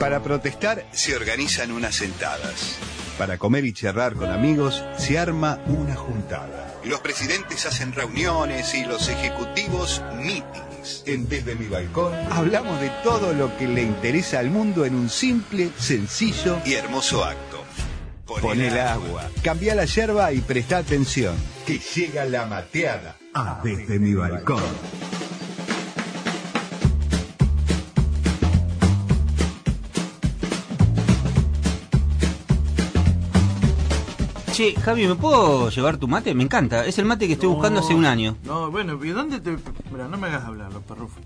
Para protestar se organizan unas sentadas. Para comer y charlar con amigos se arma una juntada. Los presidentes hacen reuniones y los ejecutivos meetings. En Desde mi balcón hablamos de todo lo que le interesa al mundo en un simple, sencillo y hermoso acto. Pon, Pon el agua, agua, cambia la yerba y presta atención. Que llega la mateada a Desde mi balcón. Che, Javi, ¿me puedo llevar tu mate? Me encanta. Es el mate que estoy buscando hace un año. No, bueno, ¿y dónde te.? Mira, no me hagas hablar, los perrufos.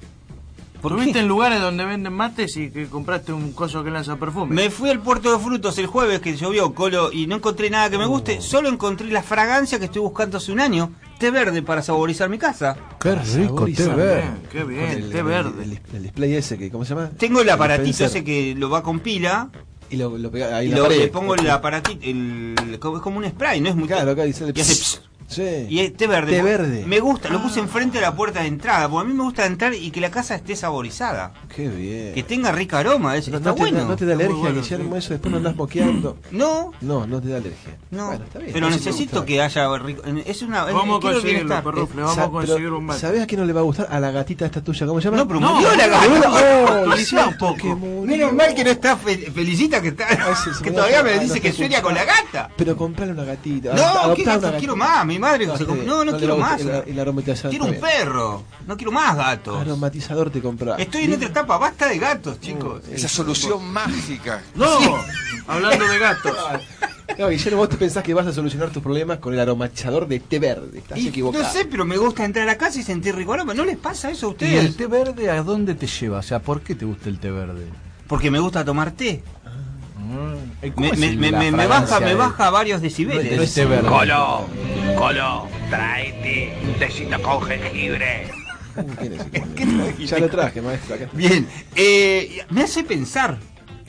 ¿Por Estuviste qué? en lugares donde venden mates y que compraste un coso que lanza perfume. Me fui al puerto de frutos el jueves que llovió, Colo, y no encontré nada que me guste. Solo encontré la fragancia que estoy buscando hace un año. Té verde para saborizar mi casa. Qué rico, té Qué verde. bien, qué bien, El- té el- verde. El, el display ese, que, ¿cómo se llama? Tengo el aparatito dispenser. ese que lo va con pila. Y lo, lo pega ahí Y en la lo, pared. le pongo el aparatito. El, es como un spray, no es muy. Claro, acá dice el- Y hace pss. Sí. Y es té verde. Té Me- verde. Me gusta, lo puse enfrente de la puerta de entrada. Porque a mí me gusta entrar y que la casa esté saborizada. Qué bien. Que tenga rico aroma. es- no, está no te, bueno. da- no te da Está muy alergia, bueno, Guillermo, sí. eso después no andás moqueando. No, No, no te da alergia. no. Bueno, está bien. pero Eso me necesito gustaba. que haya rico. Es una. es- Vamos quiero a conseguirlo, bienestar. perrufle, vamos Sa- a conseguir pero, un mate. ¿Sabés a quién no le va a gustar? A la gatita esta tuya, ¿cómo se llama? No, pero No, murió la Bueno, gata. oh, Actualizá cierto un poco. que murió. Menos mal que no está fe- felicita que está. sí, se que me todavía hace- me ah, dice no que te sueña con la gata. Pero comprale una gatita. No, adoptá ¿qué una gato? gatita. Quiero más, mi madre. que se te- compró- No, no le quiero va a más. gustar El, el aromatizador. Quiero un está bien. perro. No quiero más gatos. Aromatizador te comprás. Estoy en este otra etapa, basta de gatos, chicos. Oh, Esa solución mágica. ¡No! Hablando de gatos. No, Guillermo, vos te pensás que vas a solucionar tus problemas con el aromatizador de té verde. Estás Y equivocado. no sé, pero me gusta entrar a la casa y sentir rico aroma. ¿No les pasa eso a ¿Y el ustedes? té verde a dónde te lleva? O sea, ¿por qué te gusta el té verde? Ah, Porque me gusta tomar té. ¿Cómo Me, es me- el- me- la me- me fragancia baja, me del- baja varios del decibeles. té verde? Colo, Colo, tráete un tecito con jengibre. Uh, ¿Quién es? ya lo traje, maestro. acá. Bien, eh, me hace pensar.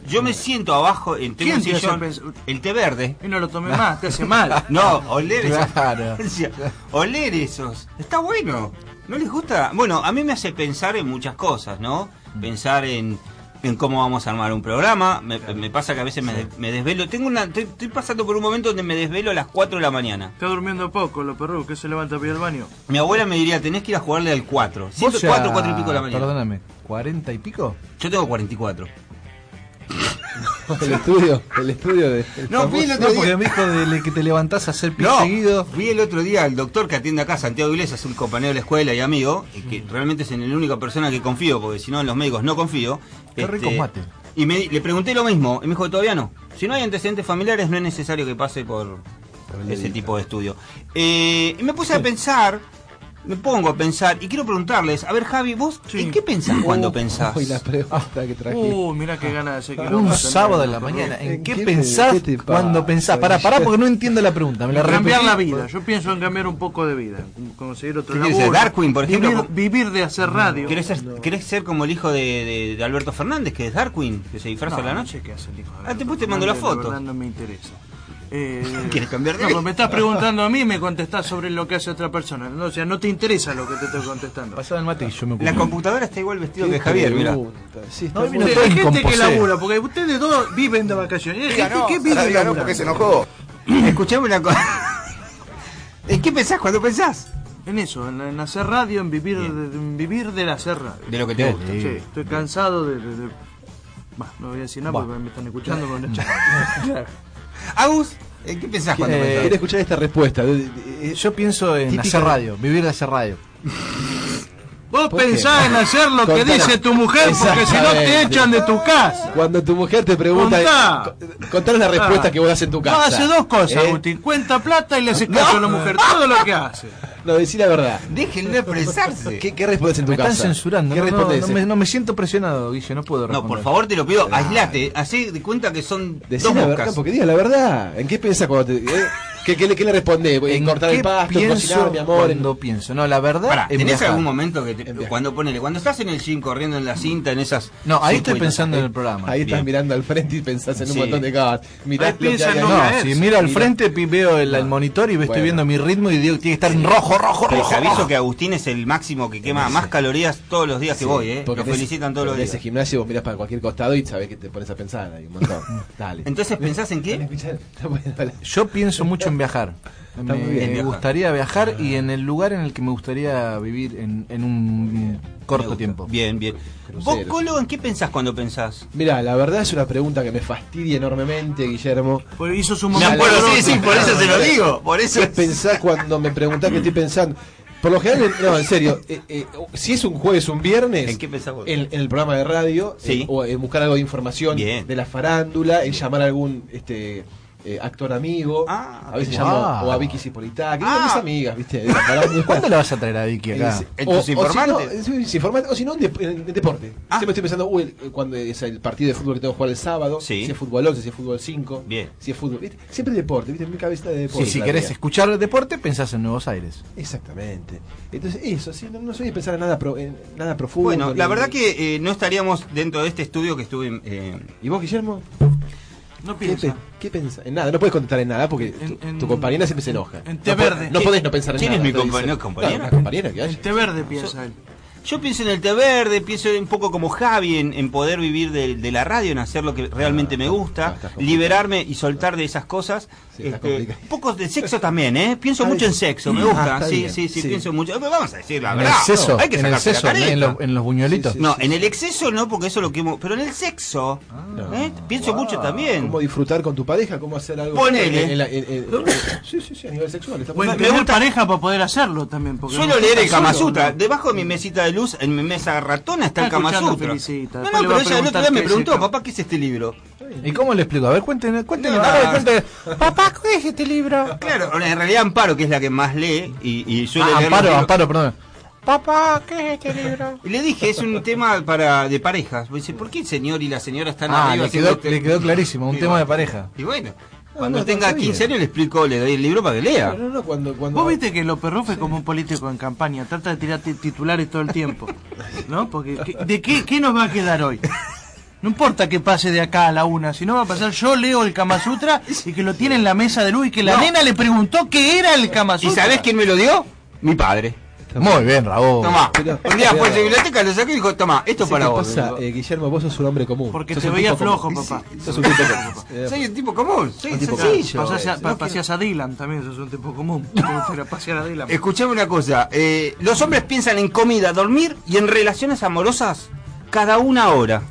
Yo me siento abajo en tengo ¿Quién un te hace sillón, pensar? el té verde. Y no lo tomé más, te hace mal. No, oler esos. Claro. Oler esos. Está bueno. ¿No les gusta? Bueno, a mí me hace pensar en muchas cosas, ¿no? Mm. Pensar en, en cómo vamos a armar un programa. Me, me pasa que a veces me, de- me desvelo. Tengo una, estoy, estoy pasando por un momento donde me desvelo a las 4 de la mañana. Está durmiendo poco, los perros que se levanta a pedir el baño. Mi abuela me diría, tenés que ir a jugarle al 4. Siempre Vos ya- 4, 4 y pico de la mañana. Perdóname, ¿40 y pico? Yo tengo 44. El estudio, el estudio de. el No, famoso- vi el otro No, día. porque me dijo de le- que te levantás a hacer pis No, seguido. vi el otro día al doctor que atiende acá, Santiago Iglesias, un compañero de la escuela y amigo, y que realmente es en la única persona que confío, porque si no en los médicos no confío. Este, Qué rico mate. Y me di- le pregunté lo mismo, y me dijo que todavía no. Si no hay antecedentes familiares, no es necesario que pase por ese tipo de estudio. Eh, y me puse a pensar, me pongo a pensar, y quiero preguntarles, a ver Javi, vos, ¿en qué pensás cuando pensás? Uy, la pregunta que trajiste. Uh, mirá qué ganas de hacer quilombo. Un tenés, sábado en la perro. Uh, mañana. ¿En ¿En qué qué te- pensás qué te pasa? cuando pensás? Pará, pará, porque no entiendo la pregunta. Me la Cambiar repetí. la vida. Yo pienso en cambiar un poco de vida. Conseguir otro ¿Qué quieres laburo. ser, Darkwing, por ejemplo? Mm, Vivir, vivir de hacer radio. ¿Querés ser, querés ser como el hijo de, de- de Alberto Fernández, que es Darkwin, que se disfraza a la noche? ¿Qué hace el hijo de Ah, te Alberto puse, te mando la Fernández, foto. verdad no me interesa. Eh, ¿Quieres cambiar de no, vida? pues me estás preguntando a mí y me contestás sobre lo que hace otra persona. No, o sea, no te interesa lo que te estoy contestando. Pasaba el mate y yo me ocupo. La computadora está igual vestido que Qué Javier, mira. pregunta. Sí, está No, muy- vino Ustedes, todo hay en gente que composé. labura, porque ustedes dos viven de vacaciones. Hay Diga gente no, que vive ahora diga no laburando. porque se enojó. Escuchame una cosa. ¿En qué pensás cuando pensás? En eso, en, en hacer radio, en vivir, de, en vivir de la hacer radio. De lo que te gusta. Sí, estoy cansado de... de- de- Bah, no voy a decir nada porque me están escuchando con el chat. Agus, ¿en qué pensás cuando Eh, Quiero pensás? escuchar esta respuesta. De- de- de- Yo pienso en Típica- hacer radio, vivir de hacer radio. Vos ¿Por qué? pensás en hacer lo que Contala. dice tu mujer porque si no te Exactamente. echan de tu casa. Eh, Cuando tu mujer te pregunta, Contá. eh, contanos la respuesta Ah. que vos das en tu No, casa. hace dos cosas, ¿Eh? Guti. Cuenta plata y le hace caso a la mujer. Todo lo que hace. No, decí la verdad. Déjenlo expresarse. ¿Qué, qué respondes en tu Me casa? están censurando. ¿Qué No, no, respondes? no me, no me siento presionado, Guille, no puedo No, responder. por favor te lo pido, aislate, así de cuenta que son Decí dos la moscas. verdad, porque diga la verdad. ¿En qué piensas cuando te.? eh? ¿Qué, qué, le- qué le respondes? ¿En cortar qué el pasto? ¿En pienso cocinar, mi amor? en- cuando pienso? No, la verdad Pará, en ¿tenés viajar. algún momento que te- En viaje. cuando ponele, cuando estás en el gym corriendo en la cinta, en esas No, ahí estoy 50, pensando en el programa. Ahí estás Bien. mirando al frente y pensás en un Sí. montón de cosas. Mirás Ahí lo que hay piensa en ahí. no No, Mira, si es- miro al frente pi- veo el, el monitor y ve- estoy Bueno. viendo mi ritmo y digo, tiene que estar en rojo, rojo, Les rojo. aviso que Agustín es el máximo que quema más calorías todos los días que voy, ¿eh? Lo en ese- felicitan todos los en días. ese gimnasio vos mirás para cualquier costado y sabés que te pones a pensar ahí un montón. Dale. Entonces, ¿pensás en qué? Escuchá, está bueno, dale. Yo pienso mucho en viajar. Me, muy bien. Ah. me Viajar. gustaría viajar y en el lugar en el que me gustaría vivir en, en un eh, Me corto gusta. tiempo. Bien, bien. ¿Vos, Cruceros. Colo, en qué pensás cuando pensás? Mirá, la verdad es una pregunta que me fastidia enormemente, Guillermo. Porque hizo su Me momento. acuerdo, propio. sí, sí, por eso se lo digo. Por eso ¿Qué pensás cuando me preguntás qué estoy pensando? Por lo general, no, en serio, eh, eh, si es un jueves, un viernes, ¿En qué pensás vos? En, en el programa de radio, Sí. eh, o en buscar algo de información Bien. de la farándula, en llamar a algún este eh, actor amigo, Ah, a veces wow. llamo o a Vicky Cipolitá, que Ah. mis amigas, ¿viste? De la farándula. ¿Cuándo la vas a traer a Vicky acá? Eh, ¿En o- tus informantes? O si no, en sus informantes, o si no, en, dep- en- en deporte. Ah. Siempre estoy pensando, uy, el- cuando es el partido de fútbol que tengo que jugar el sábado, Sí. si es fútbol 11, si es fútbol 5, Bien. si es fútbol. ¿viste? Siempre deporte, ¿viste? En mi cabeza de deporte. Sí, si la querés mía. escuchar deporte, pensás en Nuevos Aires. Exactamente. Entonces, eso, sí, no, no soy de pensar en nada, pro- en nada profundo. Bueno, ni- la verdad que eh, no estaríamos dentro de este estudio que estuve. eh, ¿Y vos, Guillermo? No ¿Qué, piensa. pe- qué pensás? En nada, no puedes contestar en nada porque tu, En- en- tu compañera siempre se enoja. en té no, po- verde. No podés no pensar en ¿Quién nada. es mi te dice. compañero- compañera? No, una compañera que El haya. té verde piensa él. Yo pienso en el té verde, pienso un poco como Javi en, en poder vivir de, de la radio, en hacer lo que realmente me no, gusta, está complicado. liberarme y soltar de esas cosas. Sí, está Este, complicado. un poco de sexo también, ¿eh? Pienso Ah, mucho en sí. sexo, me Ah, gusta. está sí, bien. sí, sí, Sí. pienso mucho. Pero vamos a decir la Ah, En el verdad. seso, hay que en el sacarse la seso, careta. en, los- en los buñuelitos. Sí, sí. No, en el exceso no, porque eso es lo que... hemos- Pero en el sexo, ¿eh? Pienso mucho también. Cómo disfrutar con tu pareja, cómo hacer algo. Ponele. en la- en- en- sí, sí, sí, a nivel sexual. está Bueno, muy me tener gusta- pareja para poder hacerlo también. Porque Suelo no leer el está Kama solo, Sutra. ¿no? Debajo de mi mesita de luz, en mi mesa ratona, está, Está el Kama escuchando Sutra. Felicita, No, no, después le va pero a ella el otro preguntar día me qué es preguntó, esto. papá, ¿qué es este libro? ¿Y cómo le explico? A ver, cuenten, cuenten. Ah. No, a ver, no. cuenten. Papá, ¿qué es este libro? Claro, en realidad Amparo, que es la que más lee y, y suele Ah, leer los amparo, libros. amparo, perdón. Y Le dije, es un tema para de parejas. Me dice, ¿por qué el señor y la señora están Ah, arriba? le quedó, haciendo este- le quedó clarísimo, un Y tema de bueno, pareja. Y bueno, cuando no, tenga está bien. 15 años le explico, le doy el libro para que No, lea. no, no, cuando, cuando... Vos viste que López es como un político en campaña, trata de tirar ti- titulares todo el tiempo. ¿No? Porque ¿qué- ¿de qué, qué nos va a quedar hoy? No importa que pase de acá a la una, si no va a pasar, yo leo el Kama Sutra y que lo tiene en la mesa de luz y que la No. nena le preguntó qué era el Kama ¿Y Sutra. sabés quién me lo dio? Mi padre. Muy bien, Raúl. Tomá. Pero- Un día fue a la pero- biblioteca, lo saqué y dijo, tomá, esto ¿Sabés para qué vos. pasa, eh, Guillermo? Vos sos un hombre común. Porque Sos te un veía tipo flojo, común. papá. Sos un tipo común. Eh, Soy un tipo común, soy Un tipo sencillo. común. Pasás a, No pa- paseás a Dylan también, eso es un tipo común. Te gustaría pasear a Dylan. Escuchame una cosa, eh, los hombres piensan en comida, dormir y en relaciones amorosas cada una hora.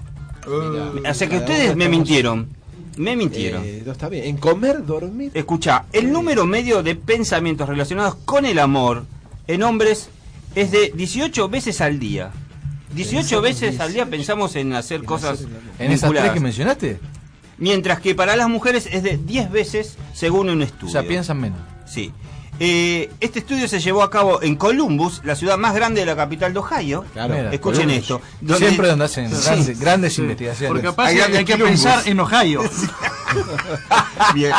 O sea que ustedes cada una me estamos- mintieron. Me mintieron. Eh, eh, no está bien. En comer, dormir. Escucha, el número medio de pensamientos relacionados con el amor en hombres es de 18 veces al día. 18 veces al día pensamos en hacer cosas En esas tres vinculadas. que mencionaste, Mientras que para las mujeres es de 10 veces según un o estudio. sea, piensan menos. Sí. Eh, este estudio se llevó a cabo en Columbus, la ciudad más grande de la capital de Ohio. Claro. Mira, Escuchen Columbus. esto. Siempre donde hacen grandes, grandes Sí, investigaciones. Porque capaz Hay hay, grandes que quilombos. pensar en Ohio. Bien.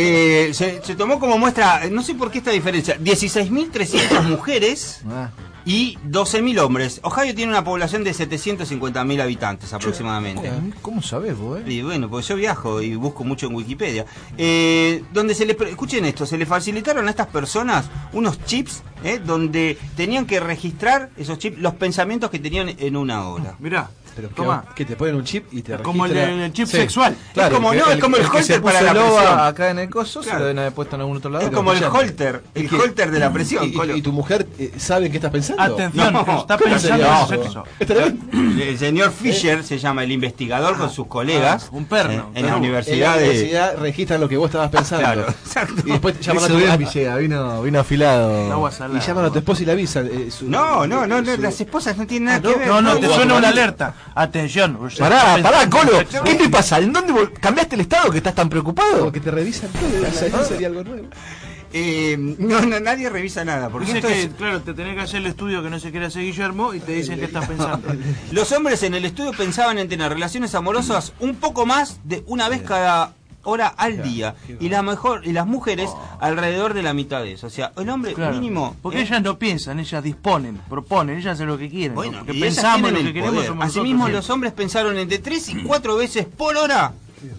Eh, se, se tomó como muestra, eh, no sé por qué esta diferencia, 16.300 mujeres Ah, y 12.000 hombres. Ohio tiene una población de 750.000 habitantes aproximadamente. eh, ¿Cómo sabés vos, eh? Y bueno, pues yo viajo y busco mucho en Wikipedia. Eh, donde se le, pre- escuchen esto, se le facilitaron a estas personas unos chips eh, donde tenían que registrar esos chips, los pensamientos que tenían en una hora. Mirá, Pero que- toma. que te ponen un chip y te Como el, registra- el chip Sí. sexual. Es como- no, es como el que se holter para puso la el loba presión. acá en el coso, se Claro. lo deben haber puesto en algún otro lado. Es como el escuchame. holter, el ¿Qué? holter de la presión. y, Colo. y- y tu mujer eh, sabe en qué estás pensando. Atención, No, está ¿cómo pensando sería? en sexo. Es tremendo. El señor Fisher se llama el investigador con sus colegas Eh, ah, un eh, perno, en, un la perno. En la universidad de universidad registran lo que vos estabas pensando. Claro, exacto. Y después te Lo llaman a hizo tu, bien a- Villega, ah, vino, vino afilado. Agua salada. y llaman a tu esposa y la avisan. eh, su- No, no, no, no, su- las esposas no tienen nada Ah, que no, ver. No, no, te Guau, suena una guau. alerta. Atención. usted Pará, está pará, pensando Colo, en sexo. ¿qué te pasa? ¿En dónde vol- cambiaste el estado que estás tan preocupado? Porque te revisan todo. o sea, eso sería algo nuevo. Eh, no, no, nadie revisa nada. Porque Dice esto que, es- claro, te tenés que hacer el estudio que no se quiere hacer Guillermo y te dicen que estás pensando. Los hombres en el estudio pensaban en tener relaciones amorosas un poco más de una vez cada hora al día y la mejor y las mujeres alrededor de la mitad de eso, o sea, el hombre Oh. Claro. mínimo Porque ¿eh? ellas no piensan, ellas disponen, proponen, ellas hacen lo que quieren. bueno, ¿no? Porque y ellas pensamos lo tienen que el queremos. poder. somos Asimismo, nosotros, los hombres pensaron entre tres y cuatro veces por hora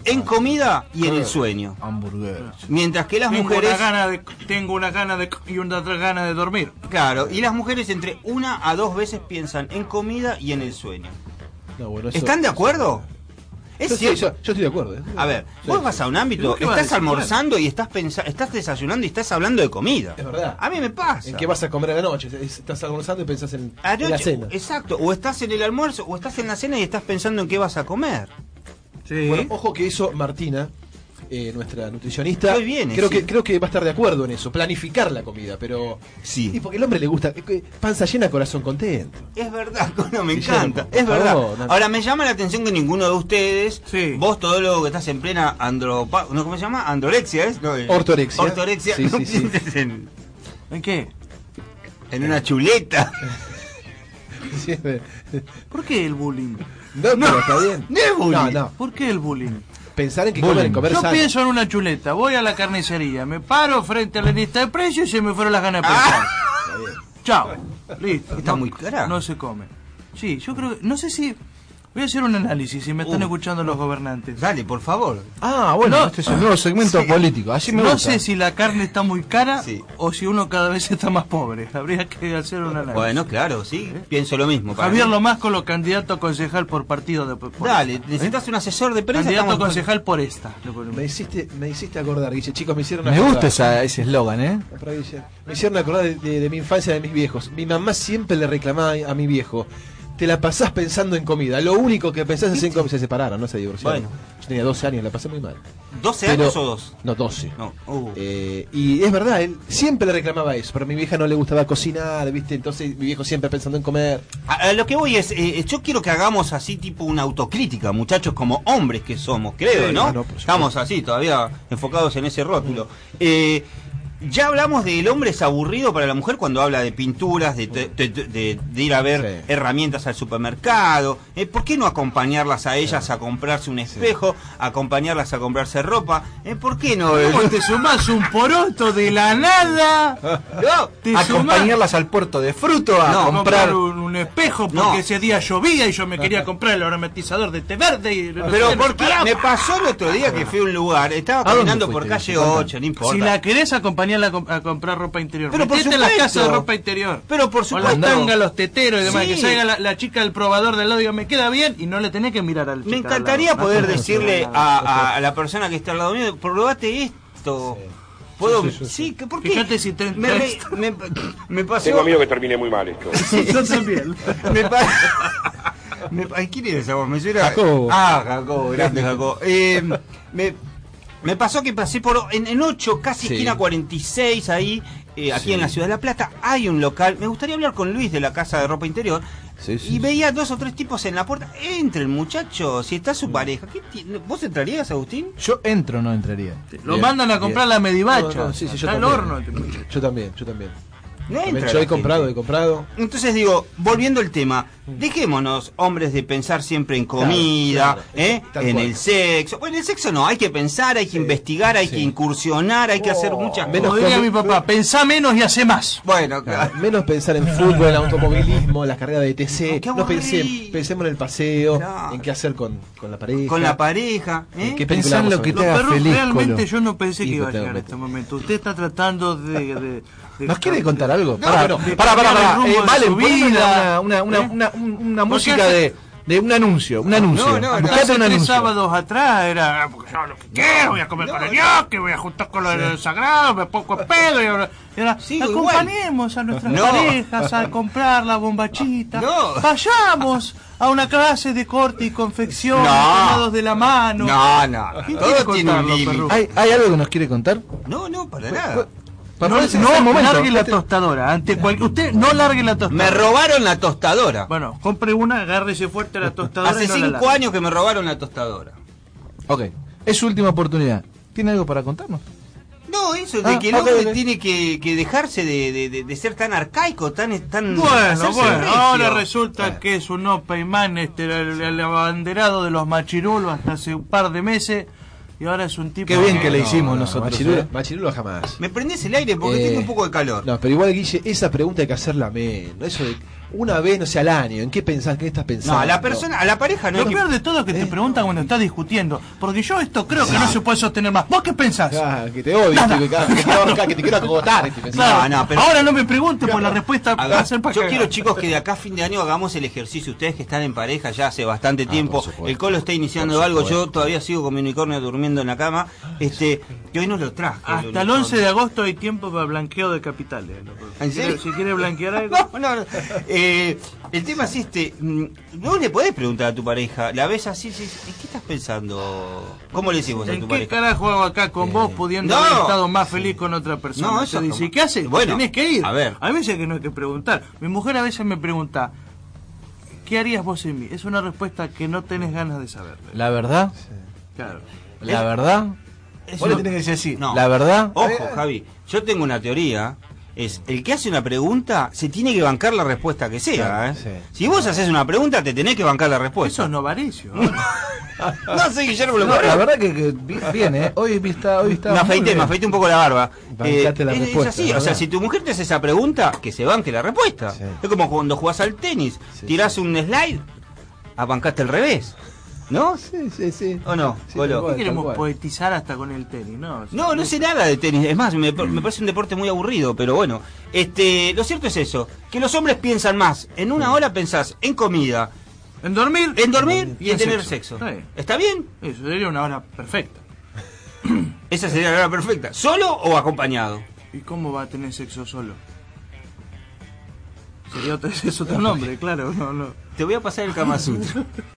en comida y en el sueño, Hamburguesas. mientras que las Tengo mujeres una gana de, tengo una gana de y una otra gana de dormir. Claro, y las mujeres entre una a dos veces piensan en comida y en el sueño. No, bueno, eso- ¿Están de acuerdo? Yo, Es sí, yo, cierto. yo estoy de acuerdo. ¿eh? A ver, Sí, vos sí. vas a un ámbito, ¿Qué vas a estás decir? almorzando y estás pensa- estás desayunando y estás hablando de comida. Es verdad. A mí me pasa. ¿En qué vas a comer a la noche? Es- Estás almorzando y pensás en, Anoche- en la cena. Exacto, o estás en el almuerzo o estás en la cena y estás pensando en qué vas a comer. Sí. Bueno, ojo que eso Martina, eh, nuestra nutricionista, Muy bien, creo sí. que creo que va a estar de acuerdo en eso, planificar la comida, pero Sí. y porque el hombre le gusta es que panza llena, corazón contento. Es verdad, Cono, me Guillermo, encanta. por Es favor, verdad. no- Ahora me llama la atención que ninguno de ustedes, Sí. vos todólogo que estás en plena andropa, no cómo se llama, androrexia, ¿es? No, eh, Ortorexia. Ortorexia. Sí, no sí, sí. pienses en, ¿En qué? en una chuleta. ¿Por qué el bullying? No, pero está bien. No es bullying. No, no. ¿Por qué el bullying? Pensar en que comer, en comer Yo sano. pienso en una chuleta, voy a la carnicería, me paro frente a la lista de precios y se me fueron las ganas de pensar. Chao. Listo. Ah. Está No- muy cara. No se come. Sí, yo creo que. No sé si. Voy a hacer un análisis si me están Uh. escuchando los gobernantes. Dale, por favor. Ah, bueno, este es el nuevo segmento político. Así me No gusta. sé si la carne está muy cara Sí. o si uno cada vez está más pobre. Habría que hacer un análisis. Bueno, claro, sí, ¿Eh? pienso lo mismo. para Javier mí. Lomasco, lo candidato a concejal por partido de. por- Dale, necesitas un asesor de prensa. Candidato a estamos- concejal por esta. lo ponemos. Me hiciste me hiciste acordar, Guille, chicos, me hicieron Me acordar. gusta esa- ese eslogan, ¿eh? Pará, Guille. Me hicieron acordar de, de- de mi infancia, de mis viejos. Mi mamá siempre le reclamaba a mi viejo, te la pasás pensando en comida. Lo único que pensás es en comida. Se separaron, no se divorciaron. Bueno. Yo tenía 12 años, la pasé muy mal. 12 Pero- años o dos. No, 12. No, uh. Eh, y es verdad, él siempre le reclamaba eso, pero a mi vieja no le gustaba cocinar, ¿viste? Entonces mi viejo siempre pensando en comer. A, a lo que voy es, eh, yo quiero que hagamos así tipo una autocrítica, muchachos, como hombres que somos, creo, Sí, ¿no? no, no, por supuesto. Estamos así, todavía enfocados en ese rótulo. Eh, ya hablamos del hombre es aburrido para la mujer cuando habla de pinturas, de, te- te- te- de- de ir a ver Sí. herramientas al supermercado. Eh, ¿Por qué no acompañarlas a ellas a comprarse un espejo, acompañarlas a comprarse ropa? Eh, ¿Por qué no? ¿Cómo te sumás un poroto de la nada? No, Te Acompañarlas al puerto de fruto a No, sumás a comprar comprar. un, un espejo porque No. ese día llovía y yo me quería comprar el aromatizador de té verde. Y no Pero sé, no porque paraba. me pasó el otro día que fui a un lugar, estaba caminando por fuiste? calle 8, no importa. Si la querés acompañarla a, com- a comprar ropa interior, Pero por metete en las supuesto. casas de ropa interior. Pero por O las supuesto, tangas, los teteros y demás, Sí. que salga la, la chica del probador del lado y diga, me queda bien, y no le tenés que mirar al me encantaría poder decirle a, a- a la persona que está al lado mío, probate esto. Puedo, sí, que- ¿por qué? Fíjate si te- me, re- me, me pasó. que termine muy mal esto. Yo también. me pa- me pa- ¿Quién era esa voz? Me suena- Jacobo. Ah, Jacobo, grande Jacobo. Eh, me, me pasó que pasé por en, en 8, casi Sí. esquina 46, ahí, eh, aquí en la ciudad de La Plata, hay un local. Me gustaría hablar con Luis de la casa de ropa interior. Sí, sí, y sí. veía dos o tres tipos en la puerta. Entre el muchacho, si está Mm. su pareja. ¿Qué ti- ¿Vos entrarías, Agustín? Yo entro, no entraría. Lo mandan a comprar la medivacha. No, no, sí, sí, yo Está al también. horno. este muchacho. Yo también, yo también. No También, entra. yo la he comprado, gente. he comprado. Entonces digo, volviendo al tema, dejémonos, hombres, de pensar siempre en comida, Claro, claro, ¿eh? tal en cual. el sexo. Bueno, en el sexo no, hay que pensar, hay que investigar, hay sí. que incursionar, hay que hacer muchas Como menos- cosas. diría mi papá, pensá menos y hace más. Bueno, Claro, claro. Menos pensar en fútbol, en automovilismo, las carreras de ETC. qué No, pensé- aburrido. pensemos en el paseo, Claro. en qué hacer con, con la pareja. con la pareja. ¿eh? en qué película Pensar en vamos a lo que ver. te Los haga perros feliz, realmente Colo. yo no pensé que Hijo, iba a te llegar a prometo. este momento. Usted está tratando de... de- de- ¿Nos quiere contar algo? Pará, Pará, pará, de pará, cambiar pará. el rumbo Eh, de vale, su poneme vida. una, una, una, ¿Eh? una- un- una Porque música hace- de, de un anuncio. Un anuncio. no, no, Buscate Ah, Hace un tres anuncio. sábados atrás era, "Ah, porque yo hago lo que quiero, voy a comer con el Dios, que voy a juntar con lo del sagrado, me pongo a pedo y ahora... y ahora, Sigo acompañemos a nuestras No. parejas a comprar la bombachita, No. vayamos a una clase de corte y confección, No. tomados de la mano. No, no, ¿Quién quiere todo tiene un contarlo, límite. perro? ¿Hay, ¿Hay algo que nos quiere contar? No, no, para nada. Para No, ponerse- no está el momento. largue la tostadora. Ante cual- Usted no largue la Me tostadora. robaron la tostadora. Bueno, compre una, agárrese fuerte a la tostadora. Hace y no la cinco largue. años que me robaron la tostadora. Ok, es su última oportunidad. ¿Tiene algo para contarnos? No, eso, Ah, de que el ok, hombre ok. tiene que, que dejarse de, de- de- de ser tan arcaico, tan... tan Bueno, hacerse bueno, recio. ahora resulta que es un no paimán, este, el, el- el abanderado de los machirulos hasta hace un par de meses, y ahora es un tipo... Qué bien que le hicimos nosotros. Machirulo, ¿eh? Machirulo jamás. Me prendes el aire porque Eh, tengo un poco de calor. No, pero igual, Guille, esa pregunta hay que hacerla menos. Eso de una vez, no sé, al año. ¿En qué pensás? ¿Qué estás pensando? No, a la persona, a la pareja no Lo hay que- peor de todo es que Eh. te preguntan cuando estás discutiendo, porque yo esto creo que no se puede sostener más. ¿Vos qué pensás? Ah, que te odio, que, que te quiero ahorcar, que te quiero acogotar. este, pensás. No, no, pero- Ahora no me preguntes por la respuesta. A ver, va a ser yo para cagar. quiero chicos que de acá a fin de año hagamos el ejercicio. Ustedes que están en pareja ya hace bastante tiempo. El colo está iniciando algo. Yo todavía sigo con mi unicornio durmiendo en la cama. Este, que hoy no lo trajo. Hasta el unicornio. 11 de agosto hay tiempo para blanqueo de capitales. loco. ¿En Si serio? quiere- Si quiere blanquear algo... No, no, no. Eh, el tema es este. mm, No le podés preguntar a tu pareja. La ves así, sí, sí, ¿qué estás pensando? ¿Cómo le decimos a ¿En tu qué pareja? Eh, carajo hago acá con vos pudiendo no. haber estado más feliz con otra persona? No, Te eso dice, como- ¿y qué haces? Bueno, Tenés que ir. a ver. Hay veces que no hay que preguntar. Mi mujer a veces me pregunta, ¿qué harías vos sin mí? Es una respuesta que no tenés ganas de saber. eh, La verdad, Claro. la verdad, Es Vos le una- tenés que decir sí. No. La verdad, Ojo, Eh. Javi, yo tengo una teoría. Es el que hace una pregunta se tiene que bancar la respuesta que sea. ¿eh? Si vos haces una pregunta, te tenés que bancar la respuesta. Eso es novarecio. No sé, Guillermo, lo No, la verdad que, que vi- viene, ¿eh? hoy vi- está, hoy está. me muy afeité, bien. me afeité un poco la barba. Eh, Bancate la es- es respuesta, así, la o sea, verdad. si tu mujer te hace esa pregunta, que se banque la respuesta. Sí. Es como cuando jugás al tenis, tirás un slide, abancaste al revés. ¿No? Sí, sí, sí. ¿O no? Sí, Colo? tal cual. Queremos poetizar hasta con el tenis, ¿no? No, no sé nada de tenis. Es más, me, me parece un deporte muy aburrido, pero bueno. Este, lo cierto es eso, que los hombres piensan más. En una hora pensás en comida, En dormir. en dormir y en tener sexo. Está bien. ¿Está bien? Eso sería una hora perfecta. Esa sería la hora perfecta. ¿Solo o acompañado? ¿Y cómo va a tener sexo solo? Sería otro, es otro nombre, claro. No, no. Te voy a pasar el Kama Sutra.